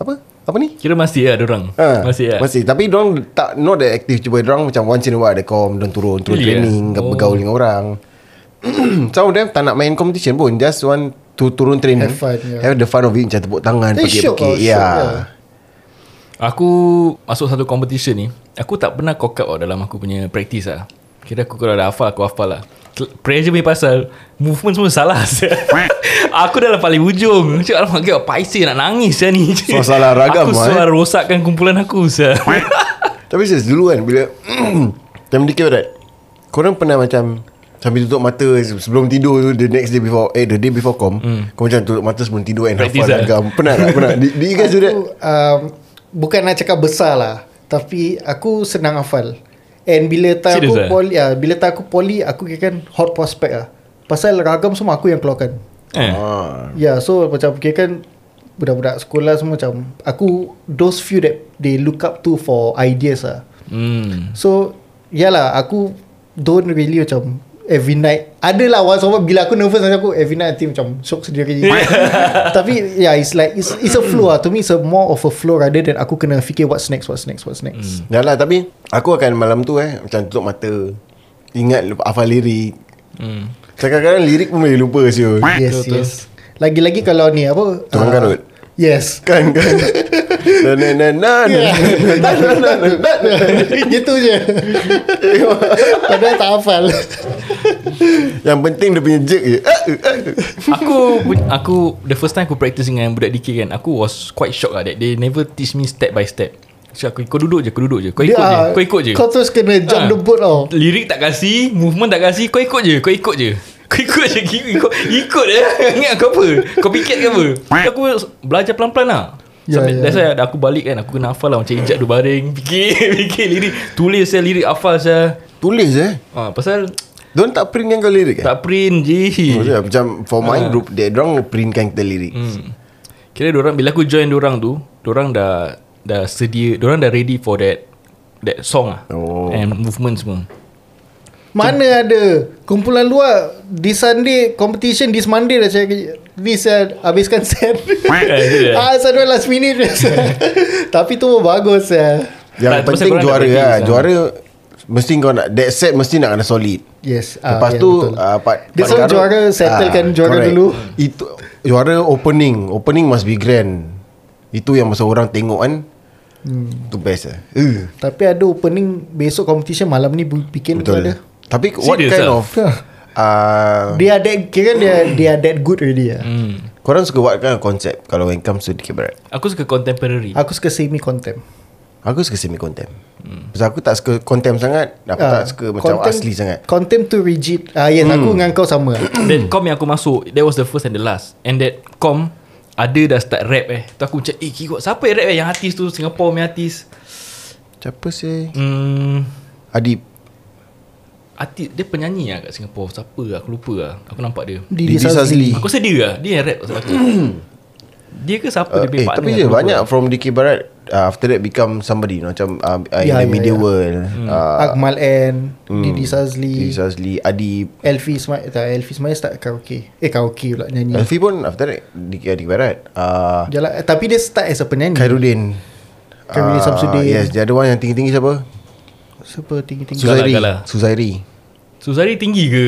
Speaker 4: Apa? Apa ni?
Speaker 2: Kira masih lah dorang
Speaker 4: Ha,
Speaker 2: Masih lah
Speaker 4: Masih Tapi diorang tak Not that active Cuba diorang macam Once in a while ada com Diorang turun Turun
Speaker 2: Really,
Speaker 4: training
Speaker 2: eh?
Speaker 4: yeah.
Speaker 2: Oh.
Speaker 4: Bergaul dengan orang [clears throat] Some of them tak nak main competition pun Just want to turun training
Speaker 3: Have fun, yeah.
Speaker 4: Have the fun of it Macam tepuk tangan
Speaker 3: Eh, syok lah,
Speaker 4: Pekik-pekik
Speaker 3: syok,
Speaker 4: Ya
Speaker 3: yeah.
Speaker 2: Aku masuk satu competition ni Aku tak pernah cock up tau dalam aku punya practice lah Kira aku kalau dah hafal aku hafal lah Tel- Pressure punya pasal Movement semua salah [laughs] sia. Aku dah lah paling ujung Cik alamak kau paisi nak nangis ya, ni
Speaker 4: Suara salah ragam
Speaker 2: Aku
Speaker 4: lah,
Speaker 2: suara rosakkan kumpulan aku sia.
Speaker 4: Tapi serius dulu kan Bila [clears throat] Time dikit berat Korang pernah macam Sambil tutup mata se- Sebelum tidur tu The next day before Eh the day before com Kau macam tutup mata sebelum tidur And
Speaker 2: Hmm. Practice
Speaker 4: hafal
Speaker 2: lah.
Speaker 4: agam Pernah tak? Pernah Do, do you guys do that?
Speaker 3: Aku, um, Bukan nak cakap besar lah Tapi aku senang hafal And bila tak
Speaker 2: Serius eh?
Speaker 3: aku poli ya, Bila tak aku poli Aku kirakan hot prospect lah Pasal ragam semua aku yang keluarkan
Speaker 2: [laughs] eh.
Speaker 4: Ah,
Speaker 3: Ya yeah, so macam kirakan Budak-budak sekolah semua macam Aku Those few that They look up to for ideas lah
Speaker 2: hmm.
Speaker 3: So Yalah aku Don't really macam Every night Adalah once over Bila aku nervous macam aku Every night nanti macam Shock
Speaker 2: [laughs]
Speaker 3: sendiri Tapi yeah it's like It's, it's a flow lah To me it's a more of a flow Rather than aku kena fikir What's next What's next What's next
Speaker 4: Dah lah tapi Aku akan malam tu eh Macam tutup mata Ingat lupa- hafal lirik
Speaker 2: Hmm.
Speaker 4: Kadang-kadang lirik pun boleh lupa siul
Speaker 3: Yes
Speaker 2: Betul,
Speaker 3: yes Lagi-lagi kalau ni apa
Speaker 4: Tukang
Speaker 3: ah,
Speaker 4: karut.
Speaker 3: Yes [laughs]
Speaker 4: Kan kan Na na na na na
Speaker 3: Ya.
Speaker 4: na na na na na na.
Speaker 3: Gitu
Speaker 2: [laughs]
Speaker 3: je Padahal tak hafal
Speaker 4: Yang penting dia punya jerk je Ah, ah, ah.
Speaker 2: aku aku the first time aku practice dengan budak DK kan aku was quite shocked lah that they never teach me step by step so aku kau duduk je kau duduk je kau ikut
Speaker 3: Dia,
Speaker 2: je
Speaker 3: ah,
Speaker 2: kau ikut je
Speaker 3: Kau terus kena jump
Speaker 2: Ah.
Speaker 3: the boat oh. tau
Speaker 2: lirik tak kasi movement tak kasi kau ikut je kau ikut je [laughs] kau ikut je ikut ikut, ikut je [laughs] ingat kau apa kau fikir ke apa So, aku belajar pelan-pelan lah Yeah,
Speaker 3: Ya, ya.
Speaker 2: yeah. That's why aku balik kan Aku kena hafal lah Macam ijat dua baring [laughs] Fikir Fikir lirik Tulis saya lirik Hafal saya
Speaker 4: Tulis eh
Speaker 2: ha, Pasal
Speaker 4: Diorang tak print kan kau lirik eh?
Speaker 2: Tak print je
Speaker 4: Maksudnya macam for my group dia orang printkan kita lirik.
Speaker 2: Hmm. Kira orang bila aku join orang tu, orang dah dah sedia, orang dah ready for that that song ah.
Speaker 4: Oh.
Speaker 2: And movement semua.
Speaker 3: Mana ada Kumpulan luar This Sunday Competition This Monday dah cakap This uh, Habiskan [laughs] set
Speaker 2: Ah,
Speaker 3: Ah, satu last minute [laughs] Tapi tu pun bagus ya.
Speaker 2: Tak, pasal
Speaker 4: Yang penting
Speaker 2: korang
Speaker 4: juara
Speaker 2: nak
Speaker 4: lah.
Speaker 2: practice,
Speaker 4: Juara mesti kau nak that set mesti nak kena solid.
Speaker 3: Yes ah,
Speaker 4: Lepas
Speaker 3: ya,
Speaker 4: tu
Speaker 3: betul.
Speaker 4: uh, part,
Speaker 3: Dia selalu juara Settlekan juara dulu
Speaker 4: Ah, Itu juara opening. Opening must be grand. Itu yang masa orang tengok kan. Hmm. Tu best lah. Uh,
Speaker 3: Tapi ada opening Besok competition Malam ni bu- bikin tu ada
Speaker 4: betul. Tapi what
Speaker 2: Serious
Speaker 4: kind
Speaker 2: ah?
Speaker 3: [laughs]
Speaker 4: of uh,
Speaker 3: They are that Kira dia They are that good already ya.
Speaker 4: Korang suka what kind of concept Kalau when it comes to Dikit Barat
Speaker 2: aku suka contemporary.
Speaker 3: Aku suka semi contempt
Speaker 4: Aku suka semi contempt hmm. Sebab aku tak suka contempt sangat Aku
Speaker 3: Ah,
Speaker 4: tak suka macam
Speaker 3: contempt-
Speaker 4: asli sangat Hmm.
Speaker 3: Contempt too rigid Ah yes aku dengan kau
Speaker 4: [coughs]
Speaker 3: sama
Speaker 2: That com yang aku masuk That was the first and the last And that com Ada dah start rap eh Tu aku macam Eh kikot Siapa yang rap eh Yang artis tu Singapore punya artis
Speaker 4: Siapa sih
Speaker 2: Hmm
Speaker 4: Adib
Speaker 2: Artis Dia penyanyi lah kat Singapore Siapa lah Aku lupa lah Aku nampak dia
Speaker 4: Didi Sazli
Speaker 2: Aku rasa dia lah Dia yang rap pasal
Speaker 4: [coughs]
Speaker 2: aku Dia ke siapa
Speaker 4: Uh,
Speaker 2: Dia punya
Speaker 4: eh,
Speaker 2: partner
Speaker 4: tapi
Speaker 2: aku
Speaker 4: dia
Speaker 2: lupa.
Speaker 4: banyak from DK Barat uh, After that become somebody you know, Macam uh, uh,
Speaker 3: Ya,
Speaker 4: yeah,
Speaker 3: ya,
Speaker 4: in the
Speaker 3: ya.
Speaker 4: media world
Speaker 2: Hmm.
Speaker 4: uh,
Speaker 3: Akmal N Didi Sazli
Speaker 4: Hmm. Didi Sazli Adib
Speaker 3: Elfi Ismail tak, Elfi Ismail start karaoke Eh karaoke pula nyanyi
Speaker 4: Alfi pun after that DK, DK Barat uh,
Speaker 3: Jalan, eh, Tapi dia start as a penyanyi
Speaker 4: Khairuddin
Speaker 3: Khairuddin
Speaker 4: Ah,
Speaker 3: Samsudin.
Speaker 4: Yes the other one yang tinggi-tinggi siapa
Speaker 3: Siapa tinggi-tinggi
Speaker 4: Suzairi
Speaker 2: Galah, galah.
Speaker 4: Suzairi
Speaker 2: Suzari tinggi ke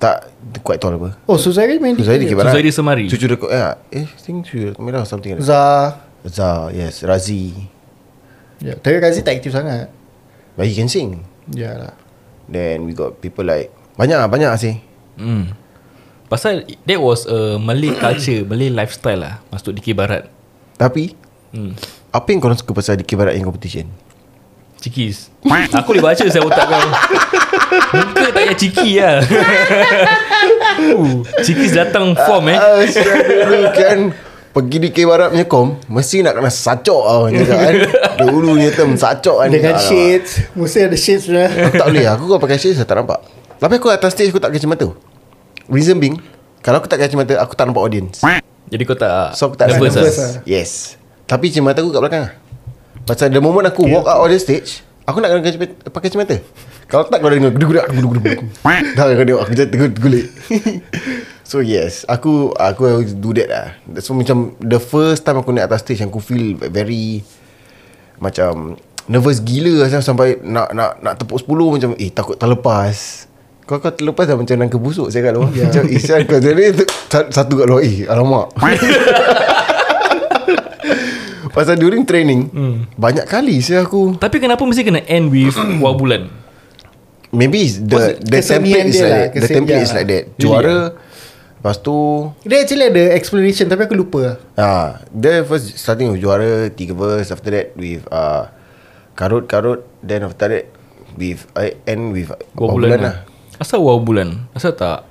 Speaker 4: Tak Quite tall apa
Speaker 3: Oh Suzairi main
Speaker 4: Suzairi
Speaker 3: DK
Speaker 4: DK
Speaker 3: Barat.
Speaker 4: Barat
Speaker 2: Suzairi Semari.
Speaker 4: Cucu dekat eh, eh I think cucu Merah something like that
Speaker 3: Zah
Speaker 4: Zah yes Razi
Speaker 3: ya, Tapi Razi tak aktif sangat
Speaker 4: But he can sing
Speaker 3: Ya lah
Speaker 4: Then we got people like Banyak lah banyak lah sih
Speaker 2: hmm. Pasal That was a Malay culture Malay lifestyle lah Masuk DK Barat
Speaker 4: Tapi
Speaker 2: hmm.
Speaker 4: Apa yang korang suka pasal DK Barat yang competition
Speaker 2: Cikis Aku boleh baca Saya otak kau Muka tak payah ciki lah
Speaker 4: [laughs]
Speaker 2: Uh, Cikis datang form eh
Speaker 4: Ah, sial dulu kan Pergi DK Barat punya kom Mesti nak kena sacok lah Orang cakap kan Dulu punya term sacok kan
Speaker 3: Dengan
Speaker 4: Alamak.
Speaker 3: shades Mesti ada shades lah. punya
Speaker 4: Aku tak boleh Aku kalau pakai shades Saya tak nampak Tapi aku atas stage Aku tak kacamata Reason being Kalau aku tak kacamata Aku tak nampak audience
Speaker 2: Jadi kau tak
Speaker 4: So aku tak ah.
Speaker 2: nervous,
Speaker 3: nervous
Speaker 2: lah.
Speaker 3: lah.
Speaker 4: Yes Tapi kacamata aku kat belakang lah. Pasal the moment aku walk out on the stage Aku nak kena kacamata, pakai kacamata Kalau tak kau dah dengar Gudu-gudu Gudu-gudu Dah kau tengok aku jatuh tergulik So yes Aku Aku always do that lah So macam The first time aku naik atas stage Aku feel very Macam Nervous gila lah Sampai nak nak nak tepuk 10 Macam eh takut terlepas kau kau terlepas dah macam nangka busuk saya kat luar.
Speaker 3: Ya.
Speaker 4: Yeah. Macam Isyan kau jadi tu- satu kat luar. Eh alamak. [laughs] Pasal during training hmm. Banyak kali saya aku
Speaker 2: Tapi kenapa mesti kena end
Speaker 4: [coughs]
Speaker 2: with Wah bulan
Speaker 4: Maybe it's the The
Speaker 3: Kesenian
Speaker 4: template is
Speaker 3: dia
Speaker 4: like
Speaker 3: lah,
Speaker 4: that The
Speaker 3: kesen-
Speaker 4: template
Speaker 3: ya.
Speaker 4: is like that Juara Lepas tu
Speaker 3: Dia actually ada explanation Tapi aku lupa lah.
Speaker 4: ah, Dia first starting with juara Tiga verse After that with ah, Karut-karut Then after that With I End with
Speaker 2: Wah
Speaker 4: Wah
Speaker 2: bulan,
Speaker 4: bulan
Speaker 2: lah.
Speaker 4: lah
Speaker 2: Asal wah bulan Asal tak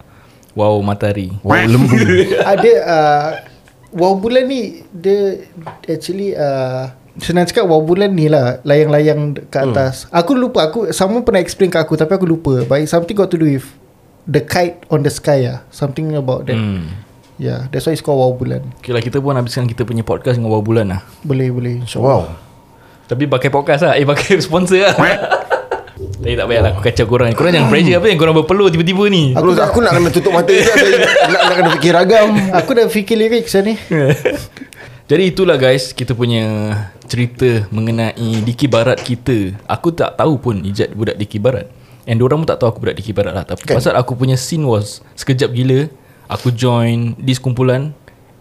Speaker 2: Wow matahari
Speaker 4: Wah lembu
Speaker 3: Ada uh, Wow Bulan ni Dia Actually uh, Senang cakap Wow Bulan ni lah Layang-layang ke atas hmm. Aku lupa aku Someone pernah explain kat aku Tapi aku lupa But it's something got to do with The kite on the sky lah Something about that hmm.
Speaker 2: hmm.
Speaker 3: Yeah That's why it's called Wow Bulan
Speaker 2: Okay lah kita pun habiskan kita punya podcast Dengan wah bulan lah
Speaker 3: Boleh boleh InsyaAllah
Speaker 4: Wow
Speaker 2: Tapi pakai podcast lah Eh pakai [laughs] sponsor
Speaker 4: [laughs]
Speaker 2: lah Tapi tak payah lah Aku kacau korang Korang jangan pressure apa yang Korang berpeluh tiba-tiba ni
Speaker 4: Aku, aku nak kena tutup mata sekejap, saya nak, nak kena fikir ragam
Speaker 3: Aku dah fikir lirik saya ni
Speaker 4: Hmm.
Speaker 2: Jadi itulah guys Kita punya Cerita Mengenai Diki Barat kita Aku tak tahu pun Ijat budak Diki Barat And orang pun tak tahu Aku budak Diki Barat lah Tapi kan. pasal aku punya scene was Sekejap gila Aku join This kumpulan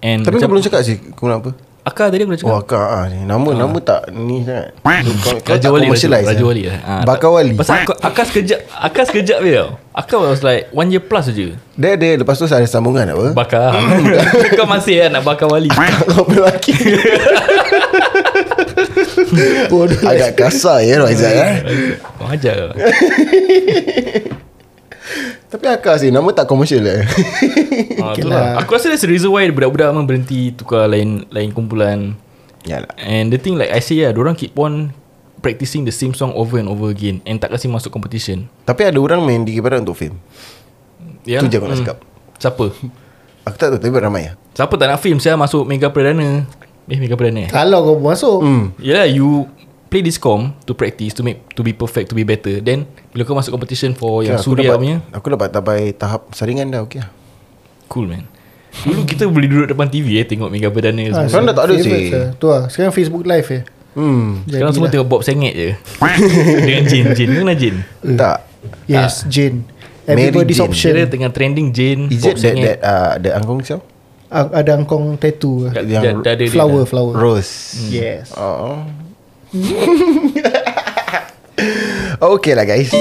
Speaker 2: And
Speaker 4: Tapi kau belum cakap sih Kau nak apa
Speaker 2: Akar tadi aku dah cakap
Speaker 4: Oh akak ah, ni. Nama nama tak ni sangat Kau, kau
Speaker 2: Raja Wali
Speaker 4: tak
Speaker 2: Raja,
Speaker 4: commercialize,
Speaker 2: Raja
Speaker 4: eh?
Speaker 2: Wali lah. Ha,
Speaker 4: Bakar Wali
Speaker 2: Pasal aku, akar sekejap Akar sekejap je tau Akar was like One year plus je
Speaker 4: Dia dia lepas tu ada sambungan apa? [laughs]
Speaker 2: Bakar Kau masih kan nak bakar Wali
Speaker 4: Kau punya lelaki Agak kasar ya Raizat eh?
Speaker 2: Kau ajar ke?
Speaker 4: Tapi akak sih Nama tak komersial eh
Speaker 2: Ah,
Speaker 3: Okay
Speaker 2: tu
Speaker 3: lah.
Speaker 2: lah. Aku rasa that's the reason why budak-budak memang berhenti tukar lain lain kumpulan.
Speaker 4: Yalah
Speaker 2: And the thing like I say lah, orang keep on practicing the same song over and over again and tak kasi masuk competition.
Speaker 4: Tapi ada orang main di Kibaran untuk fame
Speaker 2: Ya.
Speaker 4: Tu je aku nak cakap.
Speaker 2: Siapa?
Speaker 4: Aku tak tahu Tapi ramai lah
Speaker 2: Siapa tak nak film saya masuk Mega Perdana? Eh Mega Perdana eh?
Speaker 3: Kalau kau masuk hmm.
Speaker 2: Yelah you play this com to practice to make to be perfect to be better then bila kau masuk competition for Oh, yang
Speaker 4: Okay, aku
Speaker 2: suria
Speaker 4: dapat,
Speaker 2: punya
Speaker 4: Aku dapat tapai tahap saringan dah Okay lah
Speaker 2: cool man dulu kita boleh duduk depan TV eh tengok Mega Perdana semua.
Speaker 4: Sekarang dah tak ada sih.
Speaker 3: Tu ah, lah Sekarang Facebook live ya
Speaker 4: Hmm
Speaker 2: sekarang semua tengok Bob Sengit je [laughs] dengan Jin Jin kena Jin
Speaker 4: Tak
Speaker 3: Yes Jane
Speaker 4: Mary
Speaker 3: Everybody's
Speaker 4: Jane.
Speaker 2: Kira
Speaker 3: option
Speaker 2: tengah trending Jane
Speaker 4: Is
Speaker 2: Bob
Speaker 4: it that
Speaker 2: Sengit.
Speaker 4: that uh, The Angkong Siao
Speaker 3: Ah, Ada angkong tattoo
Speaker 2: Kat-
Speaker 4: yang
Speaker 2: dah- dah ada dia kan.
Speaker 3: Flower
Speaker 2: dah.
Speaker 3: flower
Speaker 4: Rose
Speaker 3: Yes
Speaker 4: Oh [laughs] Okay lah guys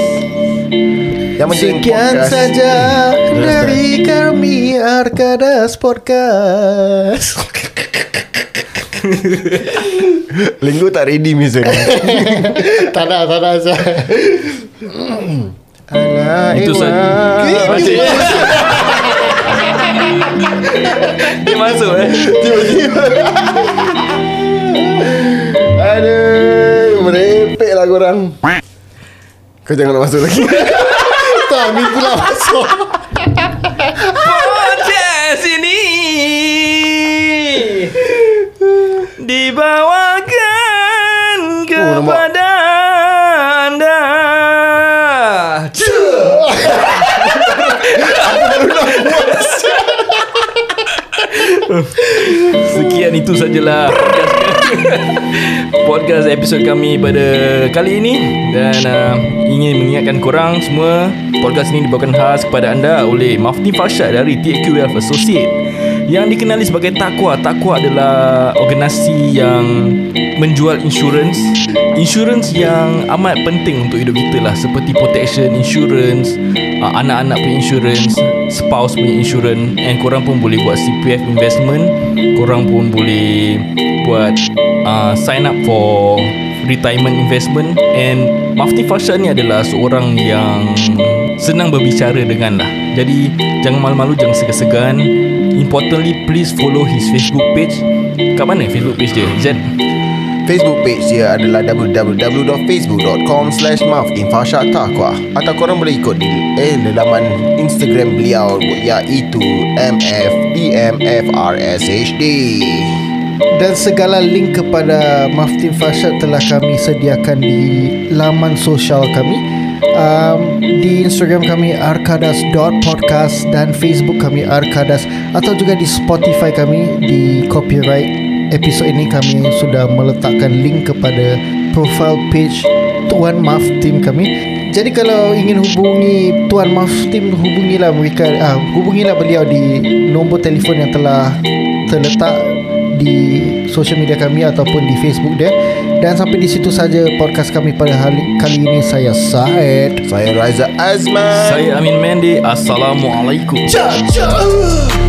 Speaker 4: Yang penting
Speaker 3: Sekian
Speaker 4: podcast- [laughs]
Speaker 3: saja
Speaker 4: Terus,
Speaker 3: dari kami Arkadas Podcast.
Speaker 4: Lenggo tak ready Mizan
Speaker 3: tak nak, tak nak. Azhar. Alah,
Speaker 2: Itu
Speaker 3: Ewa.
Speaker 4: Ah,
Speaker 2: satu- Masih. [laughs] Dia masuk eh
Speaker 4: Aduh Merepek lah korang Kau jangan nak masuk lagi
Speaker 3: Tak, ni pula masuk.
Speaker 2: Podcast ini Dibawakan
Speaker 4: Oh,
Speaker 2: kepada
Speaker 4: [laughs]
Speaker 2: anda Sekian itu sajalah podcast, podcast episod kami pada kali ini Dan uh, ingin mengingatkan korang semua Podcast ini dibawakan khas kepada anda oleh Mafti Farshad dari TAQ Wealth Associate Yang dikenali sebagai Takwa Takwa adalah organisasi yang menjual insurans Insurans yang amat penting untuk hidup kita lah Seperti protection insurance uh, Anak-anak punya insurance Spouse punya insurance And korang pun boleh buat CPF investment Korang pun boleh buat uh, Sign up for retirement investment And Mafti Farshad ni adalah seorang yang Senang berbicara dengan lah Jadi jangan malu-malu Jangan segan-segan Importantly please follow his Facebook page Kat mana Facebook page dia? Z
Speaker 4: Facebook page dia adalah www.facebook.com slash Atau korang boleh ikut di eh, laman Instagram beliau ya, iaitu E MFEMFRSHD
Speaker 3: Dan segala link kepada Maftin Farshad telah kami sediakan di laman sosial kami um, Di Instagram kami arkadas.podcast dan Facebook kami arkadas Atau juga di Spotify kami di copyright episod ini kami sudah meletakkan link kepada profile page Tuan Maf Team kami jadi kalau ingin hubungi Tuan Maf Team hubungilah mereka ah, hubungilah beliau di nombor telefon yang telah terletak di social media kami ataupun di Facebook dia dan sampai di situ saja podcast kami pada hari kali ini saya Said
Speaker 4: Saya Raza Azman
Speaker 2: Saya Amin Mendy Assalamualaikum
Speaker 4: Cha, cha.